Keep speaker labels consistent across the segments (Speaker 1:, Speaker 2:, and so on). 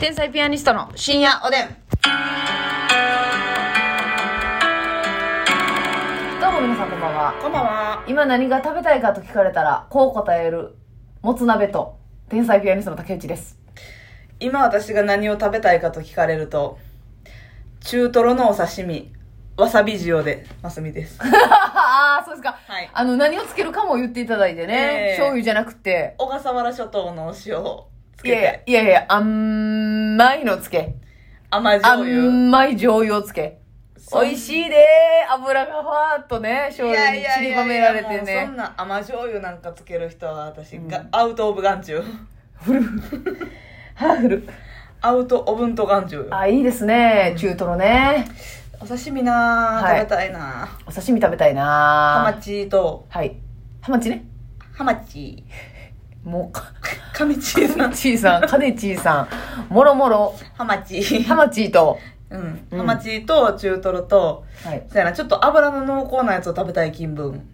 Speaker 1: 天才ピアニストの深夜おでん。どうも皆さんこんばんは。
Speaker 2: こんばんは。
Speaker 1: 今何が食べたいかと聞かれたら、こう答える、もつ鍋と、天才ピアニストの竹内です。
Speaker 2: 今私が何を食べたいかと聞かれると、中トロのお刺身、わさび塩で、ます みです。
Speaker 1: ああ、そうですか。
Speaker 2: はい
Speaker 1: あの、何をつけるかも言っていただいてね。
Speaker 2: ええ
Speaker 1: 醤油じゃなくて。
Speaker 2: 小笠原諸島のお塩をつ
Speaker 1: い
Speaker 2: け
Speaker 1: やい
Speaker 2: て、
Speaker 1: やいや、甘いのつけ。
Speaker 2: 甘醤油。
Speaker 1: 甘い醤油をつけ。
Speaker 2: そん
Speaker 1: 美味しいで油がファーっとね、醤油に散りばめられて
Speaker 2: いやいやいやもうそん
Speaker 1: ね。
Speaker 2: な甘醤油なんかつける人は私、がアウトオブ眼中。
Speaker 1: ハーフル。
Speaker 2: アウトオブント眼中よ。
Speaker 1: あ、いいですね。中トロね。
Speaker 2: お刺身な
Speaker 1: は
Speaker 2: ぁ、
Speaker 1: い
Speaker 2: 食べたいなぁ。
Speaker 1: お刺身食べたい
Speaker 2: ハ
Speaker 1: な
Speaker 2: マチと、
Speaker 1: はい。ハマチね。
Speaker 2: ハマ チ、
Speaker 1: もうか、
Speaker 2: カミチさん、
Speaker 1: ちーさん、かねちーさん、もろもろ、
Speaker 2: ハマチ。
Speaker 1: ハマチーと、
Speaker 2: うん。
Speaker 1: うん
Speaker 2: ハマチと中トロと、
Speaker 1: はい。
Speaker 2: そうやな、ちょっと油の濃厚なやつを食べたい金分。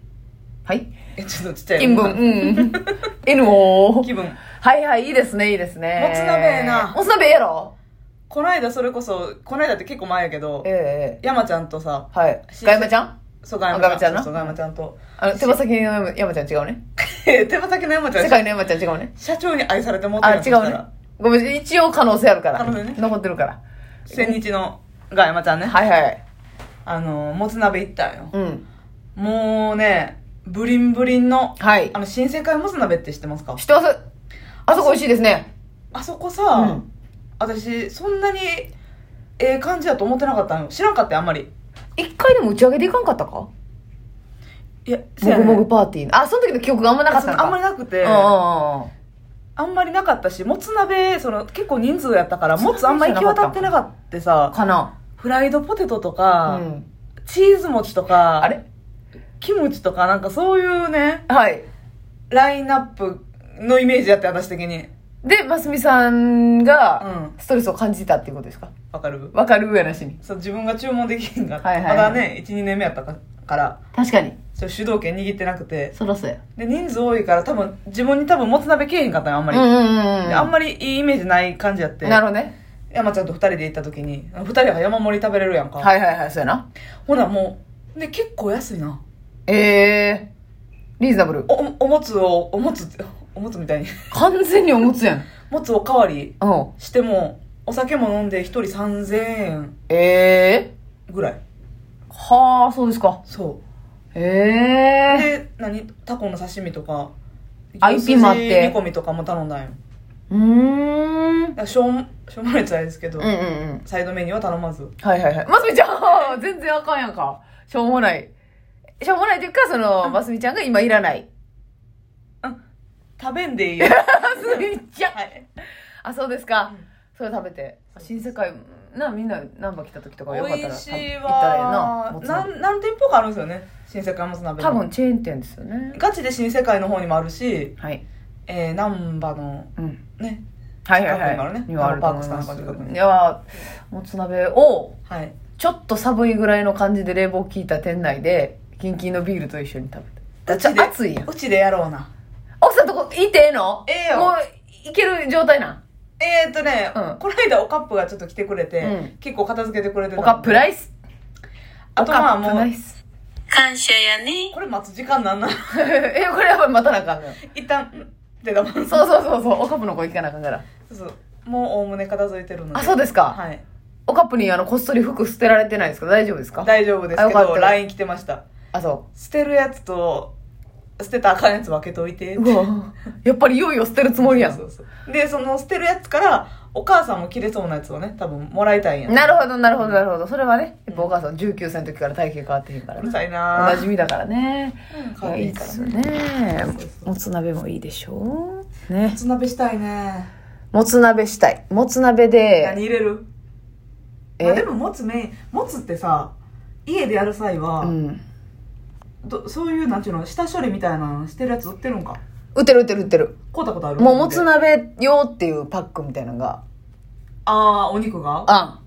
Speaker 1: はい。
Speaker 2: え、ちょっとちっちゃい。
Speaker 1: 金分、うん。N を。
Speaker 2: 気分。
Speaker 1: はいはい、いいですね、いいですね。
Speaker 2: もつ鍋ええな
Speaker 1: もつ鍋ええやろ
Speaker 2: この間それこそ、この間って結構前やけど
Speaker 1: え、ええ
Speaker 2: 山ちゃんとさ、
Speaker 1: えはい。
Speaker 2: し
Speaker 1: ガヤマちゃん
Speaker 2: そう、
Speaker 1: あ
Speaker 2: ガ
Speaker 1: ガヤマちゃんな
Speaker 2: そう、ガヤマちゃんと。
Speaker 1: あの、手羽先の山山ちゃん違うね。
Speaker 2: え、手羽先の山ちゃ
Speaker 1: 世
Speaker 2: んし、
Speaker 1: 界の山ちゃん違うね。
Speaker 2: 社長に愛されてもって
Speaker 1: あ、
Speaker 2: るん
Speaker 1: 違
Speaker 2: です
Speaker 1: う
Speaker 2: か
Speaker 1: ね
Speaker 2: ら。。
Speaker 1: ごめん、一応可能性あるから。
Speaker 2: 可能性ね
Speaker 1: 残ってるから。
Speaker 2: 千日のガヤマちゃんね。
Speaker 1: はいはい。
Speaker 2: あの、もつ鍋行ったんよ。
Speaker 1: うん。
Speaker 2: もうね、ブリンブリンの、
Speaker 1: はい
Speaker 2: あ。の、新世界もつ鍋って知ってますか
Speaker 1: 知ってますあそこ美味しいですね。
Speaker 2: あそこ
Speaker 1: う
Speaker 2: さ
Speaker 1: ん、
Speaker 2: 私、そんなに、ええ感じやと思ってなかったんよ。知らんかったよ、あんまり。
Speaker 1: 一回でも打ち上げでいかんかったか
Speaker 2: いや、せ
Speaker 1: も
Speaker 2: やね
Speaker 1: ぐもぐパーティーの。あ、その時の記憶があんまなかったのか。
Speaker 2: あんまりなくて、
Speaker 1: うんうんうん
Speaker 2: あんまりなかったし、もつ鍋、その、結構人数やったから、もつあんまり行き渡ってなかったさ、
Speaker 1: かな。
Speaker 2: フライドポテトと
Speaker 1: う
Speaker 2: か、
Speaker 1: ん。
Speaker 2: チーズ餅とか、
Speaker 1: あれ
Speaker 2: キムチとか、なんかそういうね、
Speaker 1: はい。
Speaker 2: ラインナップのイメージやって、私的に。
Speaker 1: で、ますみさんが
Speaker 2: う、
Speaker 1: ストレスを感じてたっていうことですか
Speaker 2: わかる
Speaker 1: わかる上なしに。
Speaker 2: そう、自分が注文できへんかった。
Speaker 1: はいはいはい
Speaker 2: まだね、1、2年目やったかから、
Speaker 1: 確かに。
Speaker 2: そう主導権握ってなくて、
Speaker 1: そろそろや。
Speaker 2: で、人数多いから、多分、自分に多分もつ鍋けえへんかったよ、あんま
Speaker 1: うん
Speaker 2: り。
Speaker 1: うんうん
Speaker 2: であんまりいいイメージない感じや
Speaker 1: う
Speaker 2: って
Speaker 1: ん。なるほどね。
Speaker 2: 山ちゃんと2人で行った時に2人が山盛り食べれるやんか、
Speaker 1: はいはいはい、そうやな。
Speaker 2: ほなもうで結構安いな
Speaker 1: ええー。リーズナブル。
Speaker 2: おおもつをおもつ おもつみたいに
Speaker 1: 完全におむつやん。
Speaker 2: もつおかわり
Speaker 1: うん。
Speaker 2: してもお酒も飲んで1人3000円
Speaker 1: ええ
Speaker 2: ぐらい
Speaker 1: ー。はあ、そうですか。
Speaker 2: そ
Speaker 1: え
Speaker 2: う
Speaker 1: え
Speaker 2: で何タコの刺身とか
Speaker 1: あ一品もあって
Speaker 2: 牛すじ煮込みとかも頼んだんよ
Speaker 1: ー。うーん。うん
Speaker 2: だからしょうしょうもないやつはあれですけど、
Speaker 1: うんうん。
Speaker 2: サイドメニューは頼まず
Speaker 1: はいはいはい。ますみちゃん 全然あかんやんか。しょうもない。しょうもないというか、その、ますみちゃんが今いらない。
Speaker 2: 食べ んでいいよ
Speaker 1: ますみちゃん
Speaker 2: はい
Speaker 1: あ、そうですか
Speaker 2: うん。
Speaker 1: それ食べて。新世界、な、みんな、難波来た時とかよかった
Speaker 2: 美
Speaker 1: ら、
Speaker 2: 味
Speaker 1: 食
Speaker 2: し
Speaker 1: べ
Speaker 2: い
Speaker 1: 行ったらええな
Speaker 2: わ。
Speaker 1: もつ
Speaker 2: な
Speaker 1: 鍋
Speaker 2: ん何店舗かあるんですよね新世界もつ鍋
Speaker 1: 多分チェーン店ですよね。
Speaker 2: ガチで新世界の方にもあるし、
Speaker 1: はい。
Speaker 2: えー、難波の、
Speaker 1: うん。
Speaker 2: ね、
Speaker 1: はいはい
Speaker 2: 近くにもあ
Speaker 1: は
Speaker 2: る
Speaker 1: い
Speaker 2: ね。
Speaker 1: にはあると思い
Speaker 2: パ
Speaker 1: ま
Speaker 2: ーク
Speaker 1: す
Speaker 2: さんの近く。に
Speaker 1: いやーもつ鍋を、
Speaker 2: はい。
Speaker 1: ちょっと寒いぐらいの感じで冷房効いた店内で、キンキンのビールと一緒に食べた。ちょっと暑いやん。
Speaker 2: うちでやろうな。
Speaker 1: 奥さんとこ行ってええの
Speaker 2: ええよ
Speaker 1: もう、いける状態なん
Speaker 2: えー、っとね、
Speaker 1: うん
Speaker 2: この間おカップがちょっと来てくれて、
Speaker 1: うん
Speaker 2: 結構片付けてくれてた
Speaker 1: おかっプライス
Speaker 2: あとまあ
Speaker 1: おかっプ
Speaker 2: も
Speaker 1: ライ
Speaker 2: う、
Speaker 1: ス
Speaker 2: これ待つ時間なんな。
Speaker 1: え、これやっぱり待たなあかんのよ。
Speaker 2: 一旦、うんでだもん。そう
Speaker 1: そうそうそうそう、おかっぷの声聞かなあかんから。
Speaker 2: そう。もうおおむね片付いてるので。
Speaker 1: あ、そうですか。
Speaker 2: はい。
Speaker 1: おかっぷにあの、こっそり服捨てられてないですか大丈夫ですか
Speaker 2: 大丈夫です
Speaker 1: あよ
Speaker 2: け
Speaker 1: かった
Speaker 2: ど、LINE 来てました。
Speaker 1: あ、そ
Speaker 2: 捨てるやつと、捨てたらあかんやつ分けといて。
Speaker 1: う。うわやっぱりいよいよ捨てるつもりや
Speaker 2: そ
Speaker 1: ん。
Speaker 2: うそうそうで、その捨てるやつから、お母さんも着れそうなやつをね、多分もらいたいんや
Speaker 1: なるほど、なるほど、なるほど。それはね、やっぱお母さん19歳の時から体型変わってへんから
Speaker 2: うる
Speaker 1: な。
Speaker 2: さい
Speaker 1: お
Speaker 2: な
Speaker 1: なじみだからね。
Speaker 2: 可愛
Speaker 1: い
Speaker 2: い
Speaker 1: いで
Speaker 2: から
Speaker 1: すよね
Speaker 2: そうそう。そう
Speaker 1: もつ鍋もいいでしょうね
Speaker 2: も。つ鍋したいね
Speaker 1: もつ鍋したい。もつ鍋
Speaker 2: 何
Speaker 1: で、
Speaker 2: 入れる
Speaker 1: え
Speaker 2: まあでももつメインもつってさ家でやる際は、
Speaker 1: うん。
Speaker 2: どそういうなんちゅうの下処理みたいなのしてるやつ売ってるんか
Speaker 1: 打てる打てる打てる。
Speaker 2: 買うたことある
Speaker 1: もうもつ鍋用っていうパックみたいなのが、
Speaker 2: ああーお肉が
Speaker 1: あん。あ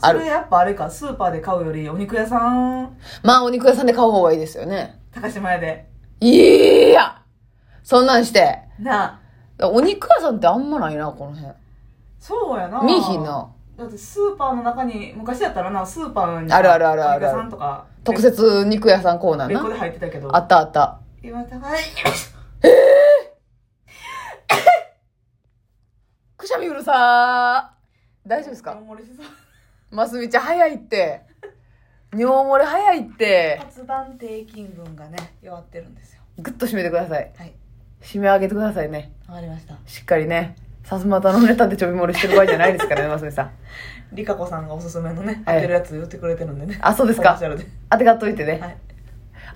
Speaker 2: そ
Speaker 1: る。
Speaker 2: れやっぱあれかスーパーで買うよりお肉屋さん
Speaker 1: まあ、お肉屋さんで買う方がいいですよね。
Speaker 2: 高島屋で
Speaker 1: いやそんなんして。
Speaker 2: なあ
Speaker 1: お肉屋さんってあんまないな、この辺。
Speaker 2: そうやな
Speaker 1: 見いひんな
Speaker 2: だってスーパーの中に昔やったらなスーパーに
Speaker 1: あるあるあるある
Speaker 2: お肉屋さんとか
Speaker 1: 特設肉屋さんコーナー
Speaker 2: 別個で
Speaker 1: な
Speaker 2: 入ってたけど
Speaker 1: あったあった
Speaker 2: 今高い
Speaker 1: くしゃみうるさー大丈夫ですか
Speaker 2: 漏れしそう
Speaker 1: ますみちゃん早い って尿漏れ早いって
Speaker 2: 骨盤底筋群がね弱ってるんですよ
Speaker 1: ぐっと締めてください
Speaker 2: はい
Speaker 1: 締め上げてくださいね
Speaker 2: わかりました
Speaker 1: しっかりねさすまたのネタでちょび漏れしてる場合じゃないですからねますみさん
Speaker 2: りかこさんがおすすめのね、
Speaker 1: はい
Speaker 2: 当てるやつ言ってくれてるんでね
Speaker 1: あそうですか
Speaker 2: コマーシャル
Speaker 1: 当てがっといてね、
Speaker 2: ではい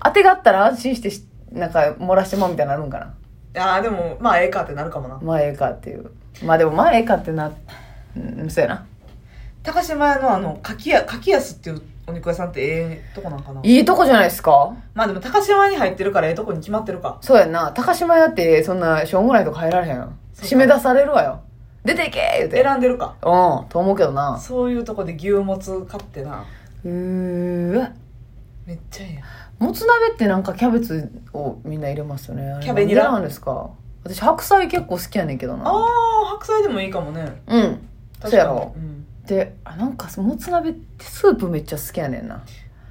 Speaker 1: 当てがったら安心してしなんか漏らしてもみたいになるんかな
Speaker 2: ああでもまあええかってなるかもな
Speaker 1: まあええかっていうまあでもまあええかってなうんそうやな
Speaker 2: 高島屋のあの柿や柿安っていうお肉屋さんってええとこなんかない
Speaker 1: いとこじゃないですか
Speaker 2: まあでも高島屋に入ってるからええとこに決まってるか
Speaker 1: そうやんな高島屋ってそんなしょうもないとこ入られへん
Speaker 2: そうか
Speaker 1: 締め出されるわよ出ていけ言うて
Speaker 2: 選んでるか
Speaker 1: うんと思うけどな
Speaker 2: そういうとこで牛もつ買ってな
Speaker 1: うーわ
Speaker 2: めっちゃええやん
Speaker 1: もつ鍋ってなんかキャベツをみんな入れますよねあれ
Speaker 2: キャベニラ
Speaker 1: なんでなんですか私白菜結構好きやねんけど
Speaker 2: あ
Speaker 1: な
Speaker 2: あ白菜でもいいかもね
Speaker 1: うんそうやろ
Speaker 2: 確かにうん
Speaker 1: であなんかもつ鍋ってスープめっちゃ好きやねんな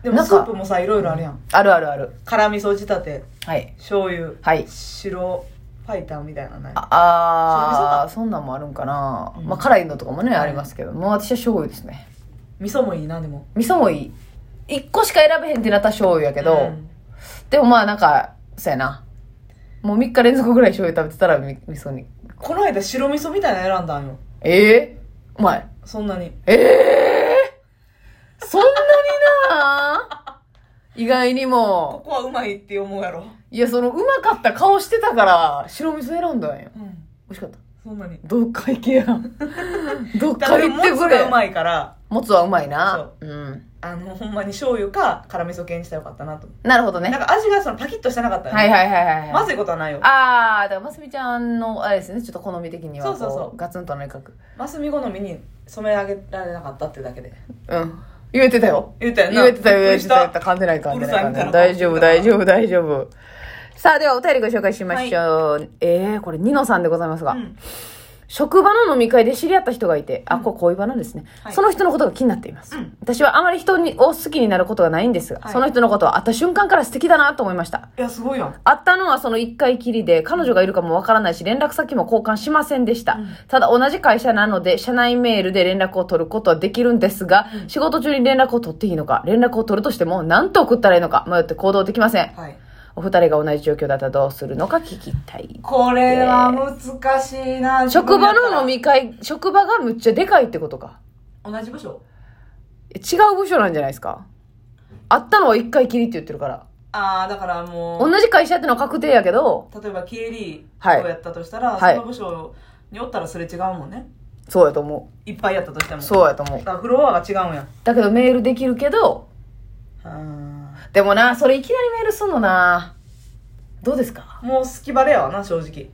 Speaker 2: でも
Speaker 1: なん
Speaker 2: ス
Speaker 1: か
Speaker 2: ープもさいろいろあるやん
Speaker 1: あるあるある
Speaker 2: 辛味噌仕立て
Speaker 1: はい
Speaker 2: 醤油
Speaker 1: はい
Speaker 2: 白ファイターみたいなのない
Speaker 1: ああーそんなんもあるんかな、
Speaker 2: うん
Speaker 1: まあ辛いのとかもね、
Speaker 2: はい
Speaker 1: ありますけどもう私は醤油ですね
Speaker 2: 味噌もいいなでも
Speaker 1: 味噌もいい一個しか選べへんってなったら醤油やけど、
Speaker 2: うん
Speaker 1: でもまあなんかそうやなもう3日連続ぐらい醤油食べてたらみ味噌に
Speaker 2: この間白味噌みたいなの選んだんよ
Speaker 1: ええうまい
Speaker 2: そんなに
Speaker 1: ええそんなにな意外に
Speaker 2: こ
Speaker 1: も
Speaker 2: こはうまいって思うやろ
Speaker 1: いやそのうまかった顔してたから白味噌選んだんよ
Speaker 2: うん
Speaker 1: 美味しかった
Speaker 2: そんなに
Speaker 1: どっか行け やどっ
Speaker 2: だか
Speaker 1: から行
Speaker 2: も
Speaker 1: って
Speaker 2: つ
Speaker 1: く
Speaker 2: が
Speaker 1: れ
Speaker 2: うまいから
Speaker 1: もつはうまいな。うん。
Speaker 2: あのほんまに醤油か辛味噌系にしたらよかったなと思
Speaker 1: なるほど
Speaker 2: う
Speaker 1: ね。
Speaker 2: なんか味がそのパキッとしてなかったよね
Speaker 1: はいはいはいはい。
Speaker 2: まずいことはないよ
Speaker 1: あー、だからますみちゃんの、あれですね、ちょっと好み的にはこ。
Speaker 2: そうそうそう
Speaker 1: ガツンと内角。
Speaker 2: ますみ好みに染め上げられなかったってだけで
Speaker 1: うん。言えてたよ。
Speaker 2: 言うたよな
Speaker 1: 言えてたよ、
Speaker 2: びっ
Speaker 1: 言え
Speaker 2: くり
Speaker 1: て
Speaker 2: した
Speaker 1: よ。噛んでない噛んでない噛んでない。
Speaker 2: うるさい
Speaker 1: 大
Speaker 2: みたいな
Speaker 1: 丈夫、大丈夫、大丈夫。さあ、ではお便りご紹介しましょう。えー、これ、ニノさんでございますが。
Speaker 2: うん
Speaker 1: 職場の飲み会で知り合った人がいて、あ、こう恋バナですね、
Speaker 2: はい
Speaker 1: その人のことが気になっています。
Speaker 2: うん
Speaker 1: 私はあまり人にを好きになることがないんですが、
Speaker 2: はい
Speaker 1: その人のことは会った瞬間から素敵だなと思いました。
Speaker 2: いやすごいやん
Speaker 1: 会ったのはその1回きりで、彼女がいるかもわからないし、連絡先も交換しませんでした。
Speaker 2: うん
Speaker 1: ただ同じ会社なので、社内メールで連絡を取ることはできるんですが、
Speaker 2: うん
Speaker 1: 仕事中に連絡を取っていいのか、連絡を取るとしても、何と送ったらいいのか、迷って行動できません。
Speaker 2: はい
Speaker 1: お二人が同じ状況だったらどうするのか聞きたい。
Speaker 2: これは難しいな
Speaker 1: 職場の飲
Speaker 2: み
Speaker 1: み会、職場がむっちゃでかいってことか。
Speaker 2: 同じ部署
Speaker 1: 違う部署なんじゃないですか会ったのは1回きりって言ってるから。
Speaker 2: ああだからも
Speaker 1: 同
Speaker 2: う
Speaker 1: じ会社ってのは確定やけど、
Speaker 2: 例えば経理を
Speaker 1: はい
Speaker 2: やったとしたら、
Speaker 1: はい
Speaker 2: その部署におったらすれ違うもんね
Speaker 1: そうやと思
Speaker 2: いっぱいやったとしても
Speaker 1: う。そうやと思う
Speaker 2: だ。からフロアが違うんや
Speaker 1: だけどメールできるけど、
Speaker 2: あ
Speaker 1: でもな、それいきなりメールすんのな。どうですか
Speaker 2: ーもう隙バレやわな正
Speaker 1: う
Speaker 2: 直
Speaker 1: ん、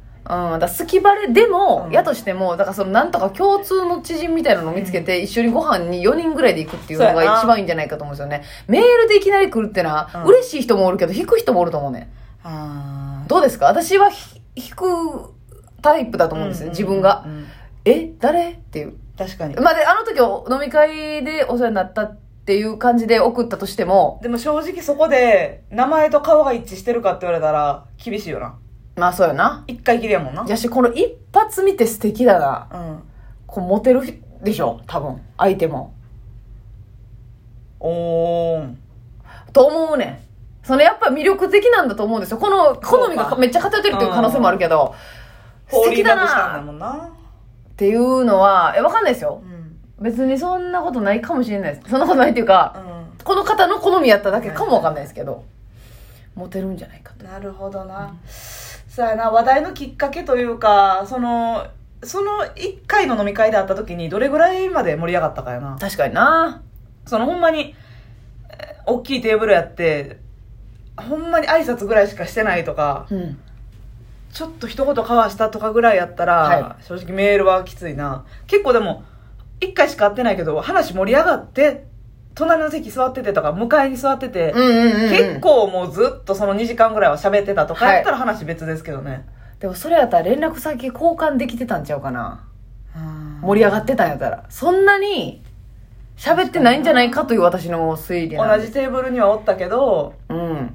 Speaker 1: だから隙バレでも、
Speaker 2: うん
Speaker 1: やとしても、だからそのなんとか共通の知人みたいなのを見つけて、一緒にご飯に4人ぐらいで行くっていうの
Speaker 2: そ
Speaker 1: が
Speaker 2: うやな
Speaker 1: 一番いいんじゃないかと思うんですよね。メールでいきなり来るってな、
Speaker 2: うん
Speaker 1: 嬉しい人もおるけど、引く人もおると思うね。
Speaker 2: あ
Speaker 1: どうですか私はひ引くタイプだと思うんですよ、自分が。え誰っていう。
Speaker 2: 確かに
Speaker 1: まあ、で、あの時お飲み会でお世話になったっていう感じで送ったとしても、
Speaker 2: でも正直そこで名前と顔が一致してるかって言われたら厳しいよな
Speaker 1: まあそうやな。
Speaker 2: 一回きりやもんな
Speaker 1: やし、この一発見て素敵だな。
Speaker 2: うん
Speaker 1: こうモテるでしょ多分相手も
Speaker 2: おーん
Speaker 1: と思うねんそのやっぱ魅力的なんだと思うんですよこの好み
Speaker 2: そう
Speaker 1: が
Speaker 2: か
Speaker 1: めっちゃ偏ってるっていう可能性もあるけど素
Speaker 2: ホーリ
Speaker 1: 敵
Speaker 2: ーバ
Speaker 1: だ
Speaker 2: グしたんだ
Speaker 1: なっ
Speaker 2: もんな
Speaker 1: ていうのはえわかんないですよ
Speaker 2: うん
Speaker 1: 別にそんなことないかもしれないですそんなことないっていうかこの方の好みやっただけかもわかんないですけどモテるんじゃないかと
Speaker 2: なるほどな、そうやな話題のきっかけというかそのその1回の飲み会で会った時にどれぐらいまで盛り上がったかやな
Speaker 1: 確かにな
Speaker 2: そのほんまにえー大きいテーブルやってほんまに挨拶ぐらいしかしてないとか
Speaker 1: うん
Speaker 2: ちょっと一言交わしたとかぐらいやったら、
Speaker 1: は
Speaker 2: 正直メールはきついな結構でも1回しか会ってないけど話盛り上がって隣の席座っててとか向かいに座ってて、
Speaker 1: うんうんうん、うん、
Speaker 2: 結構もうずっとその2時間ぐらいは喋ってたとかやったら話別ですけどね、
Speaker 1: でもそれやったら連絡先交換できてたんちゃうかな盛り上がってたんやったらそんなに喋ってないんじゃないかという私の推理なん
Speaker 2: 同
Speaker 1: です
Speaker 2: じテーブルにはおったけど
Speaker 1: うん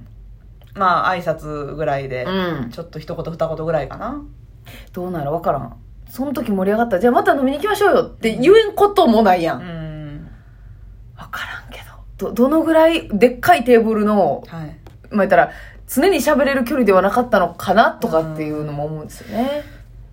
Speaker 2: まあ挨拶ぐらいで、
Speaker 1: うん
Speaker 2: ちょっと一言二言ぐらいかな
Speaker 1: どうなら分からんその時盛り上がったらじゃあまた飲みに行きましょうよって言えんこともないやん
Speaker 2: う
Speaker 1: 分
Speaker 2: ん
Speaker 1: からんけどどどのぐらいでっかいテーブルの
Speaker 2: はい
Speaker 1: まあ言ったら常に喋れる距離ではなかったのかなとかっていうのも思うんですよね、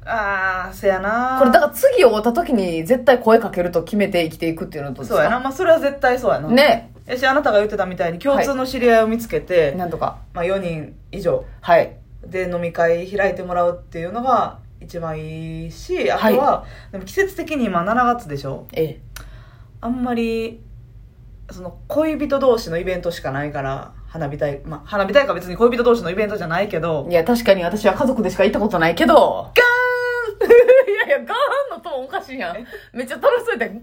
Speaker 2: ああせやな
Speaker 1: これだから次を追った時に絶対声かけると決めて生きていくっていうのはどうです
Speaker 2: そうやな
Speaker 1: か
Speaker 2: まあそれは絶対そうやな
Speaker 1: ね
Speaker 2: やしあなたが言ってたみたいに共通の知り合いを見つけて、
Speaker 1: なんとか
Speaker 2: まあ、4人以上
Speaker 1: はい
Speaker 2: で飲み会開いてもらうっていうのが一番いいしあとは、でも季節的に今7月でしょ
Speaker 1: ええ
Speaker 2: あんまりその恋人同士のイベントしかないから花火大まあ花火大会は別に恋人同士のイベントじゃないけど
Speaker 1: いや確かに私は家族でしか行ったことないけどガーン いやいやガーンのトーンおかしいやん
Speaker 2: え
Speaker 1: めっちゃ楽しそうやったガーンっ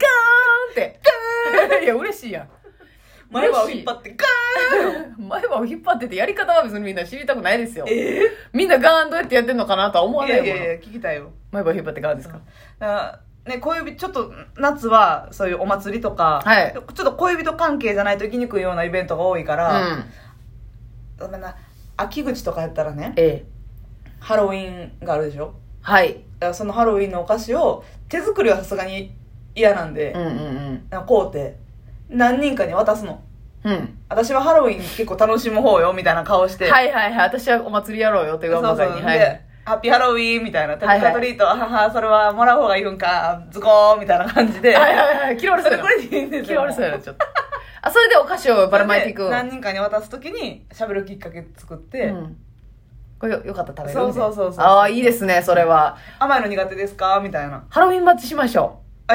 Speaker 1: てガーン いや嬉しいやん
Speaker 2: 前歯を
Speaker 1: 嬉し
Speaker 2: 引
Speaker 1: い
Speaker 2: っ張ってガーン
Speaker 1: 前歯を引っ張っててやり方は別にみんな知りたくないですよ
Speaker 2: え
Speaker 1: みんなガーンどうやってやってんのかなとは思わ
Speaker 2: い
Speaker 1: ない
Speaker 2: やい
Speaker 1: もの
Speaker 2: やいや聞きたいよ
Speaker 1: 前歯を引っ張ってガーンですか
Speaker 2: だからね恋人ちょっと夏はそういうお祭りとか、
Speaker 1: はい
Speaker 2: ちょっと恋人関係じゃないと行きにくいようなイベントが多いか
Speaker 1: う
Speaker 2: ら、
Speaker 1: ん
Speaker 2: だからな秋口とかやったらね
Speaker 1: ええ
Speaker 2: ハロウィンがあるでしょ
Speaker 1: はい
Speaker 2: だからそのハロウィンのお菓子を手作りはさすがに嫌なんで
Speaker 1: うん、うんうん
Speaker 2: なんかこうて何人かに渡すの
Speaker 1: うん
Speaker 2: 私はハロウィン結構楽しむ方よみたいな顔して
Speaker 1: はいいはいはい私はお祭りやろうよという
Speaker 2: そう
Speaker 1: ば
Speaker 2: そ
Speaker 1: か
Speaker 2: う
Speaker 1: りに
Speaker 2: で、
Speaker 1: はい
Speaker 2: ハッピーハロウィンみたいなテ
Speaker 1: はいはい
Speaker 2: ッカートリートはははそれはもらう方がいいんかズコーみたいな感じで、
Speaker 1: はいはいはい嫌われ
Speaker 2: そ
Speaker 1: そう
Speaker 2: れ
Speaker 1: や
Speaker 2: こ
Speaker 1: な
Speaker 2: れでいいんですよ
Speaker 1: 嫌われそうやなちょっとあそれでお菓子をばらまいていく
Speaker 2: で何人かに渡すときにしゃべるきっかけ作って、
Speaker 1: うん、これよよかったら食べる
Speaker 2: そうそうそうそう
Speaker 1: ああいいですねそれは
Speaker 2: 甘いの苦手ですかみたいな
Speaker 1: ハロウィンマッチしましょ